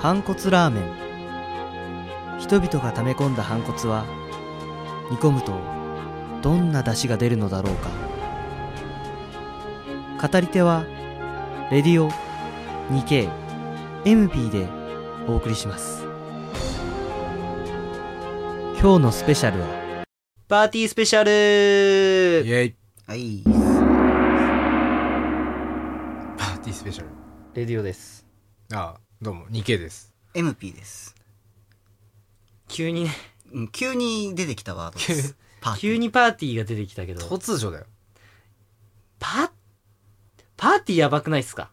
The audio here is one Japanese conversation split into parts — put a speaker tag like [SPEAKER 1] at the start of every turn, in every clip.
[SPEAKER 1] 反骨ラーメン人々が溜め込んだ反骨は煮込むとどんな出汁が出るのだろうか語り手はレディオ 2KMP でお送りします今日のスペシャルはパーティースペシャ
[SPEAKER 2] イ
[SPEAKER 1] ル
[SPEAKER 2] ェイ
[SPEAKER 1] はい
[SPEAKER 2] パーティースペシャル
[SPEAKER 1] レディオです
[SPEAKER 2] ああどうも 2K です
[SPEAKER 3] MP です。
[SPEAKER 4] 急にね
[SPEAKER 3] うん急に出てきたワードです。パーティー
[SPEAKER 4] 急にパーティーが出てきたけど
[SPEAKER 2] 突如だよ
[SPEAKER 4] パパーティーやばくないっすか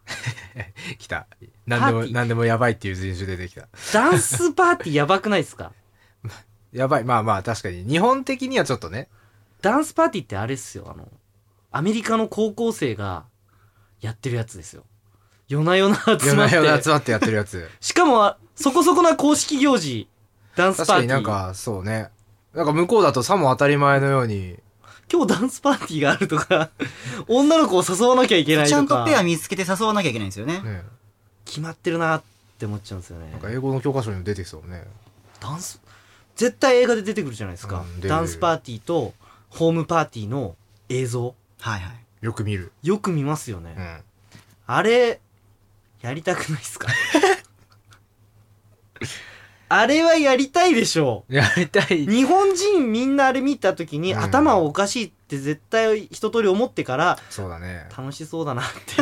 [SPEAKER 2] 来た何で
[SPEAKER 4] パー
[SPEAKER 2] も
[SPEAKER 4] ティー
[SPEAKER 2] 何でもやばいっていう人種出てきた
[SPEAKER 4] ダンスパーティーやばくないっす か
[SPEAKER 2] やばいまあまあ確かに日本的にはちょっとね
[SPEAKER 4] ダンスパーティーってあれっすよあのアメリカの高校生がやってるやつですよ夜な夜な集
[SPEAKER 2] 夜
[SPEAKER 4] ま
[SPEAKER 2] な
[SPEAKER 4] って
[SPEAKER 2] 夜な集まってやってるやつ
[SPEAKER 4] しかもあそこそこな公式行事ダンス
[SPEAKER 2] 確
[SPEAKER 4] パー
[SPEAKER 2] か
[SPEAKER 4] ティ
[SPEAKER 2] に
[SPEAKER 4] ー
[SPEAKER 2] なんかそうねなんか向こうだとさも当たり前のように
[SPEAKER 4] 今日ダンスパーティーがあるとか女の子を誘わなきゃいけないとか
[SPEAKER 3] ちゃんとペア見つけて誘わなきゃいけないんですよね。
[SPEAKER 2] ね
[SPEAKER 4] 決まってるなって思っちゃうんですよね
[SPEAKER 2] なんか英語の教科書にも出てきそうね
[SPEAKER 4] ダンス絶対映画で出てくるじゃないですか、
[SPEAKER 2] うん出る
[SPEAKER 4] ダンスパーティーとホームパーティーの映像
[SPEAKER 3] はいはい。
[SPEAKER 2] よく見る
[SPEAKER 4] よく見ますよね、
[SPEAKER 2] うん
[SPEAKER 4] あれやりたくないっすか あれはやりたいでしょ
[SPEAKER 2] やりたいう
[SPEAKER 4] 日本人みんなあれ見た時に、
[SPEAKER 2] うん
[SPEAKER 4] 頭おかしいって絶対一通り思ってから
[SPEAKER 2] そうだね
[SPEAKER 4] 楽しそうだなって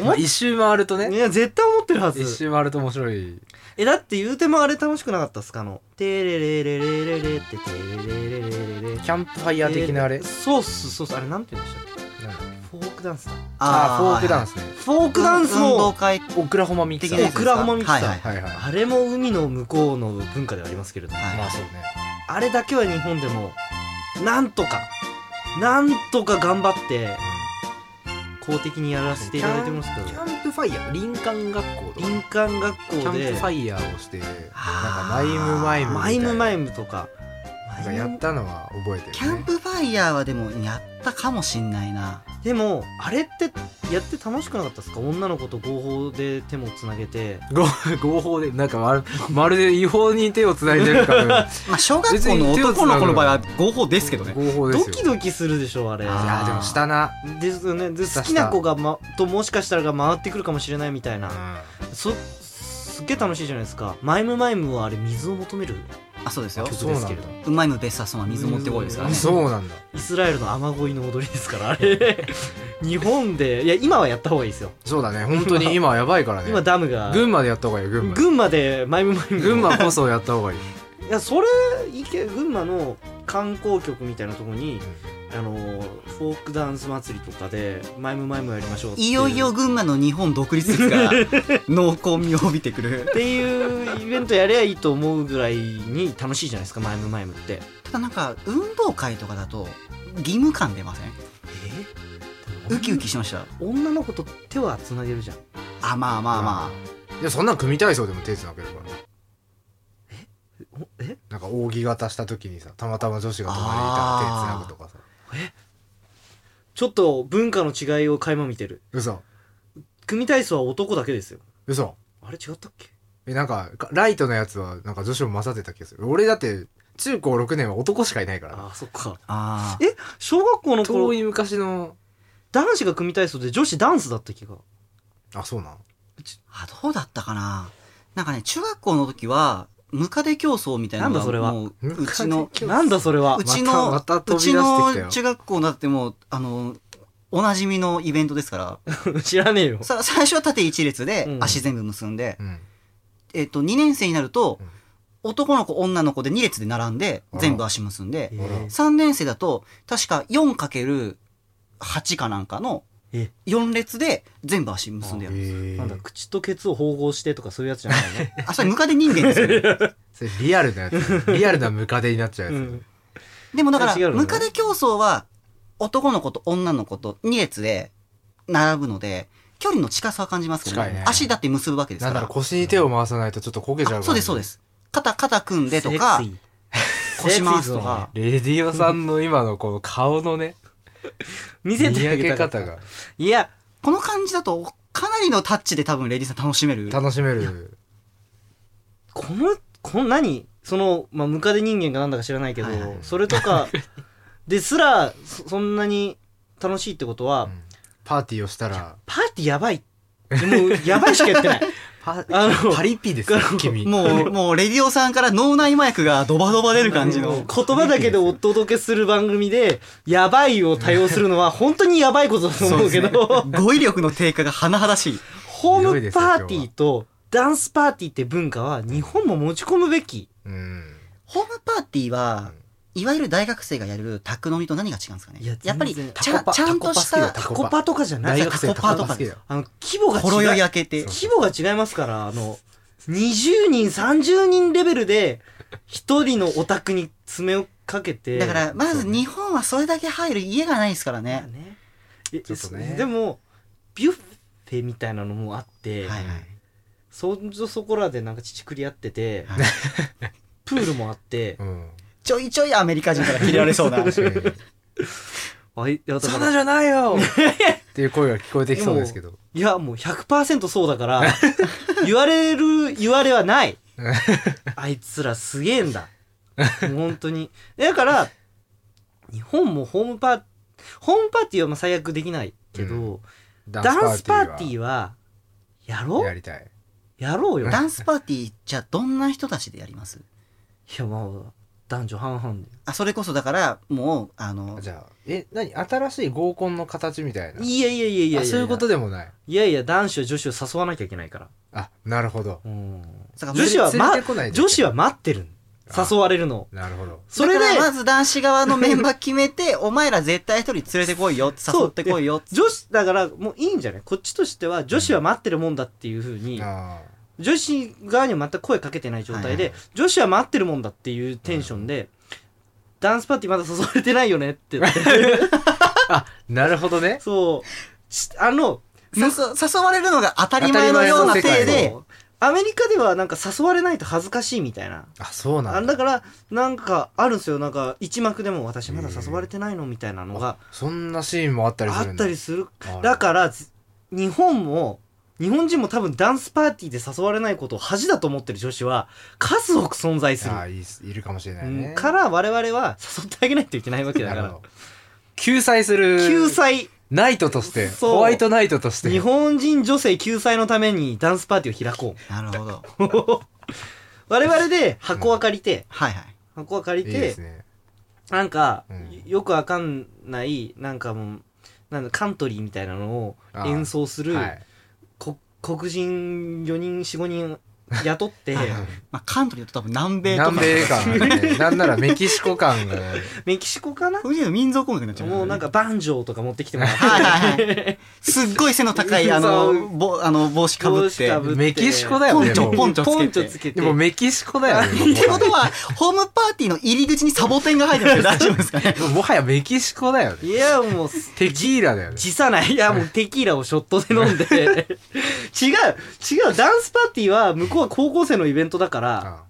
[SPEAKER 4] 思
[SPEAKER 2] まあ
[SPEAKER 4] っ
[SPEAKER 2] 一周回ると
[SPEAKER 4] い
[SPEAKER 2] ね
[SPEAKER 4] や絶対思ってるは
[SPEAKER 2] 一
[SPEAKER 4] ず
[SPEAKER 2] 周回ると面白い
[SPEAKER 4] えだって言うてもあれ楽しくなかったっすかあの「テレレレレレレ」って「テレレレレレレ」
[SPEAKER 2] キャンプファイヤー的なあれ
[SPEAKER 4] そうっすそうっすあれなんて言うんでしたっけ
[SPEAKER 2] なんだ
[SPEAKER 4] フォークダンスだ
[SPEAKER 2] ああフォークダン
[SPEAKER 3] ス。
[SPEAKER 2] スね
[SPEAKER 4] フォー
[SPEAKER 3] フォ
[SPEAKER 4] クダンス
[SPEAKER 3] 運動
[SPEAKER 4] も
[SPEAKER 3] 会
[SPEAKER 2] オクラホマミキ
[SPEAKER 3] 的
[SPEAKER 2] サ
[SPEAKER 3] な
[SPEAKER 2] ー
[SPEAKER 3] や
[SPEAKER 2] は
[SPEAKER 3] つで
[SPEAKER 2] い
[SPEAKER 3] すか
[SPEAKER 4] オクラホマミキサー
[SPEAKER 3] はいはいは。
[SPEAKER 2] はいい
[SPEAKER 4] あれも海の向こうの文化ではありますけれども
[SPEAKER 2] まあそうね
[SPEAKER 4] あれだけは日本でもなんとかなんとか頑張って公的にやらせていただいてます
[SPEAKER 2] キ
[SPEAKER 4] けど
[SPEAKER 2] ャンプファイヤー林間学校とか
[SPEAKER 4] 林間学
[SPEAKER 2] キャ
[SPEAKER 4] 校
[SPEAKER 2] ンプ
[SPEAKER 4] で
[SPEAKER 2] ファイヤーをしてなんか
[SPEAKER 3] あ
[SPEAKER 2] マイ
[SPEAKER 3] ー
[SPEAKER 2] ムマイムみ
[SPEAKER 4] マ
[SPEAKER 2] たい
[SPEAKER 4] イ
[SPEAKER 2] な
[SPEAKER 4] ムマイムとか
[SPEAKER 2] なんか
[SPEAKER 4] マイ
[SPEAKER 2] や
[SPEAKER 4] ム
[SPEAKER 2] ったのは覚えてる、ね、
[SPEAKER 3] キャンプファイヤーはでもやったかもしんないな。
[SPEAKER 4] でもあれってやって楽しくなかったですか女の子と合法で手もつなげて
[SPEAKER 2] ご合法でなんかまる まるで違法に手をつないでるから
[SPEAKER 3] まあ小学校の
[SPEAKER 2] 別に手をつ
[SPEAKER 3] 男
[SPEAKER 2] なぐ
[SPEAKER 3] の子の場合は合法ですけどね。
[SPEAKER 2] 合法で
[SPEAKER 4] ド
[SPEAKER 2] すよ
[SPEAKER 4] キドキするでしょあれ
[SPEAKER 3] あ
[SPEAKER 2] いやでもしたな、
[SPEAKER 4] ですよねで
[SPEAKER 2] した
[SPEAKER 4] 好きな子が、ま、ともしかしたらが回ってくるかもしれないみたいな、
[SPEAKER 2] う
[SPEAKER 4] そすっげえ楽しいじゃないですかマイムマイムはあれ水を求める
[SPEAKER 3] あ、そうですよ
[SPEAKER 2] ん、。
[SPEAKER 4] 曲
[SPEAKER 2] そう
[SPEAKER 4] で
[SPEAKER 2] なん
[SPEAKER 4] す
[SPEAKER 2] だ
[SPEAKER 4] けれど
[SPEAKER 3] うまいのベッサーソンは水を持ってこいですからね。
[SPEAKER 2] そうなんだ
[SPEAKER 4] イスラエルの雨乞いの踊りですからあれ日本でいや今はやった方がいいですよ
[SPEAKER 2] そうだね本当 に今はやばいからね
[SPEAKER 4] 今ダムが
[SPEAKER 2] 群馬でやった方がいいよ群馬
[SPEAKER 4] 群馬でマイムマイム
[SPEAKER 2] 群馬こそやった方がいい、
[SPEAKER 4] いやそれいけ群馬の観光局みたいなところに、あのフォークダンス祭りとかでマイムマイムやりましょうっていう
[SPEAKER 3] いよいよ群馬の日本独立ですから、濃厚味を帯びてくる
[SPEAKER 4] っ。ていうイベントやりゃいいと思うぐらいに楽しいじゃないですかマイムマイムって
[SPEAKER 3] ただなんか、運動会とかだと、義務感出ませんウキウキしました。
[SPEAKER 4] 女の子と手はつなげるじゃん
[SPEAKER 3] あ、まあまあま
[SPEAKER 2] いやそんなん組体操でも手つなげるから
[SPEAKER 4] おえ
[SPEAKER 2] なんか扇形した時にさたまたま女子が隣にいたら手つなぐとかさ
[SPEAKER 4] ちょっと文化の違いを垣間見てる
[SPEAKER 2] 嘘
[SPEAKER 4] 組体操は男だけですよ
[SPEAKER 2] 嘘
[SPEAKER 4] あれ違ったっけ
[SPEAKER 2] えなんかかライトのやつはなんか女子も勝ってた気がする俺だって中高6年は男しかいないから
[SPEAKER 4] あ
[SPEAKER 2] ね
[SPEAKER 4] あそっか
[SPEAKER 3] あ。ああ。
[SPEAKER 4] え 小学校の
[SPEAKER 2] 遠
[SPEAKER 4] 頃
[SPEAKER 2] い昔の
[SPEAKER 4] 男子が組体操で女子ダンスだった気が
[SPEAKER 2] あそうなん
[SPEAKER 3] あ、どうだったかななんかね、中学校の時は、ムカデ競争みたいなの
[SPEAKER 4] なんだそれは
[SPEAKER 3] もう、
[SPEAKER 2] ム
[SPEAKER 3] う
[SPEAKER 2] カ
[SPEAKER 3] ち
[SPEAKER 2] デ競
[SPEAKER 3] の
[SPEAKER 2] 争、今日
[SPEAKER 4] なんだそれは
[SPEAKER 3] うち
[SPEAKER 2] また
[SPEAKER 3] の、
[SPEAKER 2] また飛
[SPEAKER 3] うち
[SPEAKER 2] び出してきたよ
[SPEAKER 3] の中学校だってもう、あの、おなじみのイベントですから
[SPEAKER 4] 知らねえよ
[SPEAKER 3] さ最初は縦一列
[SPEAKER 4] う
[SPEAKER 3] で
[SPEAKER 4] ん
[SPEAKER 3] 足全部結んで、
[SPEAKER 2] うん
[SPEAKER 3] えっと2年生になると
[SPEAKER 2] うん
[SPEAKER 3] 男の子女の子で2列で並んで
[SPEAKER 2] あら
[SPEAKER 3] 全部足結んで
[SPEAKER 4] え
[SPEAKER 2] ー
[SPEAKER 3] 3年生だと確か 4×8 かなんかの
[SPEAKER 4] え
[SPEAKER 3] 4列で全部足結んでやる
[SPEAKER 4] ー
[SPEAKER 2] え
[SPEAKER 4] なんだ口とケツを縫合してとかそういうやつじゃないよね
[SPEAKER 3] あそれムカデ人間ですよね
[SPEAKER 2] それリアルなや つリアルなムカデになっちゃう
[SPEAKER 4] う
[SPEAKER 2] やつ、
[SPEAKER 4] ん
[SPEAKER 3] でもだか
[SPEAKER 4] 違う
[SPEAKER 3] ら、
[SPEAKER 4] のね
[SPEAKER 3] ムカデ競争は、男の子と女の子と2列で並ぶので、距離の近さは感じますけど、
[SPEAKER 2] 近いね
[SPEAKER 3] 足だって結ぶわけです
[SPEAKER 2] な
[SPEAKER 3] か
[SPEAKER 2] んだろう
[SPEAKER 3] ら。
[SPEAKER 2] 腰に手を回さないとちょっと焦げちゃうから
[SPEAKER 3] あそうです、そうです。肩、肩組んでとか、腰回すとか。
[SPEAKER 2] レディオさんの今のこの顔のね
[SPEAKER 4] 見
[SPEAKER 2] 見
[SPEAKER 4] せてあ
[SPEAKER 2] 上
[SPEAKER 4] げ
[SPEAKER 2] げ
[SPEAKER 4] たかった
[SPEAKER 2] 方が
[SPEAKER 4] いや
[SPEAKER 3] この感じだと、かなりのタッチで多分レディーさん楽しめる
[SPEAKER 2] 楽しめる
[SPEAKER 4] このこの何その、まあ、ムカデ人間がなんだか知らないけど、
[SPEAKER 3] はいはい
[SPEAKER 4] それとかですらそそんなに楽しいってことは、
[SPEAKER 2] うんパーティーをしたら
[SPEAKER 4] パーティーやばいもうやばいしか言ってない
[SPEAKER 2] パ
[SPEAKER 4] あの
[SPEAKER 2] パリピですよ君
[SPEAKER 3] もう、もう、レディオさんから脳内麻薬がドバドバ出る感じ
[SPEAKER 4] も
[SPEAKER 3] の。
[SPEAKER 4] う言葉だけでお届けする番組で「やばい」を多用するのは本当にやばいことだと思うけど
[SPEAKER 3] 語彙力の低下が甚だしい。
[SPEAKER 4] ホームパーティーとダンスパーティーって文化は日本も持ち込むべき
[SPEAKER 2] うん
[SPEAKER 3] ホームパーティーは、いわゆる大学生がやる宅飲みと何が違うんですかね
[SPEAKER 4] いや
[SPEAKER 3] やっぱり
[SPEAKER 4] 全然
[SPEAKER 3] ちゃ
[SPEAKER 2] タコパ
[SPEAKER 3] ん、ちゃんとし
[SPEAKER 2] タコパ好きだよ
[SPEAKER 3] た、
[SPEAKER 4] タコパとかじゃない
[SPEAKER 2] 大学生
[SPEAKER 3] タコパ
[SPEAKER 2] タコパ好きだよ
[SPEAKER 4] あの規模が
[SPEAKER 3] ほろ酔
[SPEAKER 4] 違
[SPEAKER 3] いう明けて、
[SPEAKER 4] 規模が違いますからあの20人30人レベルで一人のお宅に爪をかけて
[SPEAKER 3] だから、まず日本はそれだけ入る家がないですから
[SPEAKER 4] まあ
[SPEAKER 3] ね。
[SPEAKER 4] ねえ
[SPEAKER 2] ちょっとね
[SPEAKER 4] えでもビュッフェみたいなのもあって、
[SPEAKER 3] はいはい。
[SPEAKER 4] そんじょそこらでなんか乳くり合ってて
[SPEAKER 3] はい
[SPEAKER 4] プールも あって
[SPEAKER 2] うん
[SPEAKER 3] ちょいちょいアメリカ人から切れられそうな。
[SPEAKER 2] 確かに
[SPEAKER 4] あいやだ
[SPEAKER 2] そ
[SPEAKER 4] か
[SPEAKER 2] んな
[SPEAKER 4] ら
[SPEAKER 2] じゃないよ っていう声が聞こえてきそうですけど
[SPEAKER 4] いやもう100%そうだから 言われる言われはない あいつらすげえんだもう本当にだから日本もホームパーホームパーティーはまあ最悪できないけど、
[SPEAKER 2] うダ
[SPEAKER 4] ダンスパーティー
[SPEAKER 2] ー
[SPEAKER 4] はや
[SPEAKER 2] は
[SPEAKER 4] ろ
[SPEAKER 2] や
[SPEAKER 4] う
[SPEAKER 2] りたい
[SPEAKER 4] やろうよ
[SPEAKER 3] ダンスパーティー、じゃあどんな人たちでやります
[SPEAKER 4] いやまあ男女半々
[SPEAKER 3] あ、それこそだから、もう、あの、
[SPEAKER 2] じゃあえ何新しい合コンの形みたいな
[SPEAKER 4] でいやいやいやいやいや
[SPEAKER 2] あそういうことでもない
[SPEAKER 4] いやいや男子は女子を誘わなきゃいけないから
[SPEAKER 2] あなるほど
[SPEAKER 4] うん
[SPEAKER 3] だから
[SPEAKER 4] 女子は、
[SPEAKER 2] 連
[SPEAKER 4] ま
[SPEAKER 2] れてこない、といけない
[SPEAKER 4] 女子は待ってるん
[SPEAKER 2] あ
[SPEAKER 4] 誘われるの
[SPEAKER 2] なるほど
[SPEAKER 4] それで
[SPEAKER 3] だからまず男子側のメンバー決め て、お前ら絶対一人連れてこいよ、誘ってこい よ。
[SPEAKER 4] 女子だからもういいんじゃないこっちとしては女子は待ってるもんだっていうふうに、
[SPEAKER 2] あ
[SPEAKER 4] 女子側には全く声かけてない状態で、
[SPEAKER 3] はい
[SPEAKER 4] 女子は待ってるもんだっていうテンションで、ダンスパーティーまだ誘われてないよねって言って
[SPEAKER 2] ーなるほどね
[SPEAKER 4] そうしあの
[SPEAKER 3] 誘誘われるのが当たり前のような体
[SPEAKER 2] 当たり前の世界
[SPEAKER 3] で
[SPEAKER 2] を、
[SPEAKER 4] アメリカではなんか誘われないと恥ずかしいみたいな
[SPEAKER 2] あそうな
[SPEAKER 4] あ
[SPEAKER 2] ん
[SPEAKER 4] だ
[SPEAKER 2] だ
[SPEAKER 4] からなんかあるんですよなんか一幕でも私まだ誘われてないのみたいなのが
[SPEAKER 2] そんなシーンもあったりす
[SPEAKER 4] あ
[SPEAKER 2] る
[SPEAKER 4] っ
[SPEAKER 2] んだ
[SPEAKER 4] たりする
[SPEAKER 2] あら
[SPEAKER 4] だからず日本も日本人も多分ダンスパーティーで誘われないことを恥だと思ってる女子は数多く存在する
[SPEAKER 2] あ、ーいいっすいるかもしれな
[SPEAKER 4] う
[SPEAKER 2] いね
[SPEAKER 4] んから我々は誘ってあげないといけないわけだ
[SPEAKER 2] な
[SPEAKER 4] か
[SPEAKER 2] るほ
[SPEAKER 4] ら
[SPEAKER 2] ど救済する
[SPEAKER 4] 救済
[SPEAKER 2] ナイトとして
[SPEAKER 4] そう
[SPEAKER 2] ホワイトナイトとして
[SPEAKER 4] 日本人女性救済のためにダンスパーティーを開こ
[SPEAKER 3] なるほど。
[SPEAKER 4] う我々で箱は借りて、
[SPEAKER 3] はいはい。
[SPEAKER 4] 箱は借
[SPEAKER 2] い
[SPEAKER 4] り
[SPEAKER 2] い
[SPEAKER 4] て
[SPEAKER 2] ですね
[SPEAKER 4] なんか、
[SPEAKER 2] うん
[SPEAKER 4] よくわかんないなんかもうなんだカントリーみたいなのを
[SPEAKER 2] あー
[SPEAKER 4] 演奏する、
[SPEAKER 2] はい
[SPEAKER 4] こ黒人4人45人 雇って
[SPEAKER 2] はい
[SPEAKER 3] まあ、カントリーだと多分南米とか。
[SPEAKER 2] 南米感が ねなんならメキシコ感が
[SPEAKER 4] メキシコかな
[SPEAKER 3] そういう民族音楽になっちゃう。
[SPEAKER 4] もうなんか、バンジョーとか持ってきて もらっ
[SPEAKER 3] はいはいは
[SPEAKER 4] て
[SPEAKER 3] すっごい背の高い、あ
[SPEAKER 4] そ
[SPEAKER 3] の、
[SPEAKER 4] う
[SPEAKER 3] ぼあの帽子かぶっ
[SPEAKER 4] 帽子
[SPEAKER 3] て
[SPEAKER 4] か。ぶって
[SPEAKER 2] メキシコだよね
[SPEAKER 3] ポンチョ
[SPEAKER 2] もう
[SPEAKER 3] ポンチョつけて
[SPEAKER 4] ポンチョつけて
[SPEAKER 2] でもメキシコだよ ね
[SPEAKER 3] ってことは、ホームパーティーの入り口にサボテンが入ってるけど大丈夫ですかね
[SPEAKER 2] もうもはやメキシコだよね
[SPEAKER 4] いやもうす
[SPEAKER 2] テキーラだよね
[SPEAKER 4] 辞さないいやもうテキーラをショットで飲んで違う違うダンスパーティーは向こうは高校生のイベントだから
[SPEAKER 2] あ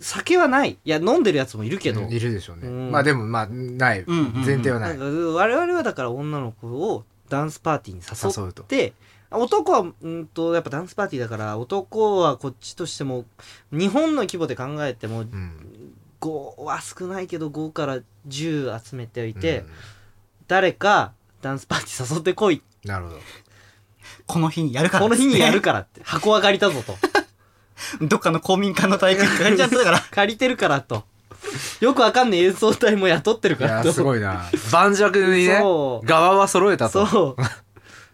[SPEAKER 4] 酒はないいや飲んでるやつもいるけど、
[SPEAKER 2] うんいるでしょうね
[SPEAKER 4] うん
[SPEAKER 2] まあでもまあない
[SPEAKER 3] うんうんうん
[SPEAKER 2] 前提はな
[SPEAKER 4] ないんか我々はだから女の子をダンスパーティーに誘って
[SPEAKER 2] 誘うと
[SPEAKER 4] 男はうんとやっぱダンスパーティーだから男はこっちとしても日本の規模で考えても
[SPEAKER 2] うん
[SPEAKER 4] 5は少ないけど5から10集めておいて、
[SPEAKER 2] うん
[SPEAKER 4] 誰かダンスパーティー誘ってこい
[SPEAKER 2] なるほど
[SPEAKER 3] この日にやるから。
[SPEAKER 4] この日にやる。からって箱は借りたぞと
[SPEAKER 3] どっかの公民館の体育館借りちゃったから。
[SPEAKER 4] 借りてるからとよくわかんない演奏隊も雇ってる
[SPEAKER 2] い
[SPEAKER 4] から
[SPEAKER 2] や
[SPEAKER 4] と
[SPEAKER 2] すごいな盤石にね
[SPEAKER 4] そう
[SPEAKER 2] 側は揃えたと
[SPEAKER 4] そう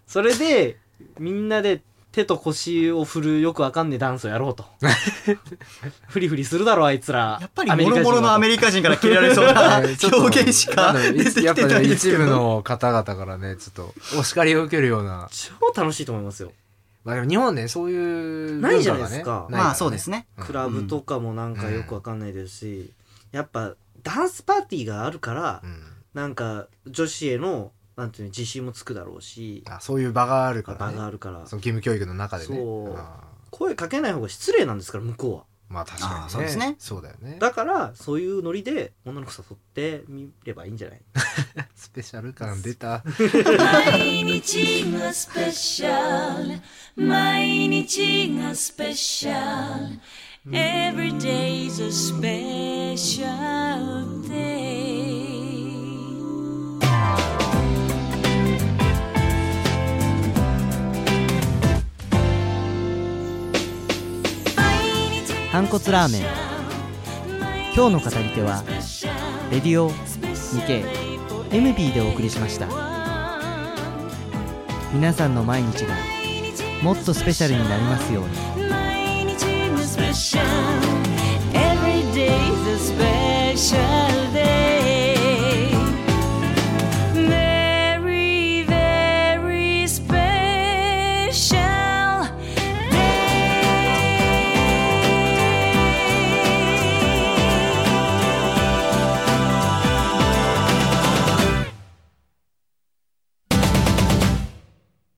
[SPEAKER 4] それでみんなで手と腰を振るよくわかんねえダンスをやろうとフリフリするだろあいつら
[SPEAKER 3] やっぱり、もろもろのアメリ
[SPEAKER 4] リ
[SPEAKER 3] カ人から切れられ そうな
[SPEAKER 2] えー ちょっと
[SPEAKER 3] 表現しか
[SPEAKER 2] なんだろう
[SPEAKER 3] 出てきてない
[SPEAKER 2] やっぱね
[SPEAKER 3] です
[SPEAKER 2] 一
[SPEAKER 3] けど
[SPEAKER 2] 部の方々からねちょっとお叱りを受けるような
[SPEAKER 4] カ超楽しいと思いますよ、
[SPEAKER 2] まあでも日本ねそういう文化がね
[SPEAKER 4] ないじゃないですか
[SPEAKER 2] な
[SPEAKER 3] まあそうですね。
[SPEAKER 2] うん
[SPEAKER 4] クラブとかもなんかよくわかんないですし、やっぱダンスパーティーがあるから、
[SPEAKER 2] うん
[SPEAKER 4] なんか女子へのなんていうの自信もつくだろうし
[SPEAKER 2] あそういう場があるか
[SPEAKER 4] 場
[SPEAKER 2] らね
[SPEAKER 4] があるから
[SPEAKER 2] その義務教育の中でね
[SPEAKER 4] そう
[SPEAKER 2] あ
[SPEAKER 4] 声かけない方が失礼なんですから向こうは
[SPEAKER 2] ーまあ確かにね
[SPEAKER 3] あーそうですね
[SPEAKER 2] そうだよね
[SPEAKER 4] だからそういうノリで女の子誘ってみればいいんじゃない
[SPEAKER 2] スペシャル感出た
[SPEAKER 5] 毎日がスペシャル毎日がスペシャル Every day's a special day
[SPEAKER 1] 反骨ラーメン今日の語り手はレディオ 2KMB でお送りしました皆さんの毎日がもっとスペシャルになりますように
[SPEAKER 5] 毎日がスペシャル Every day's a special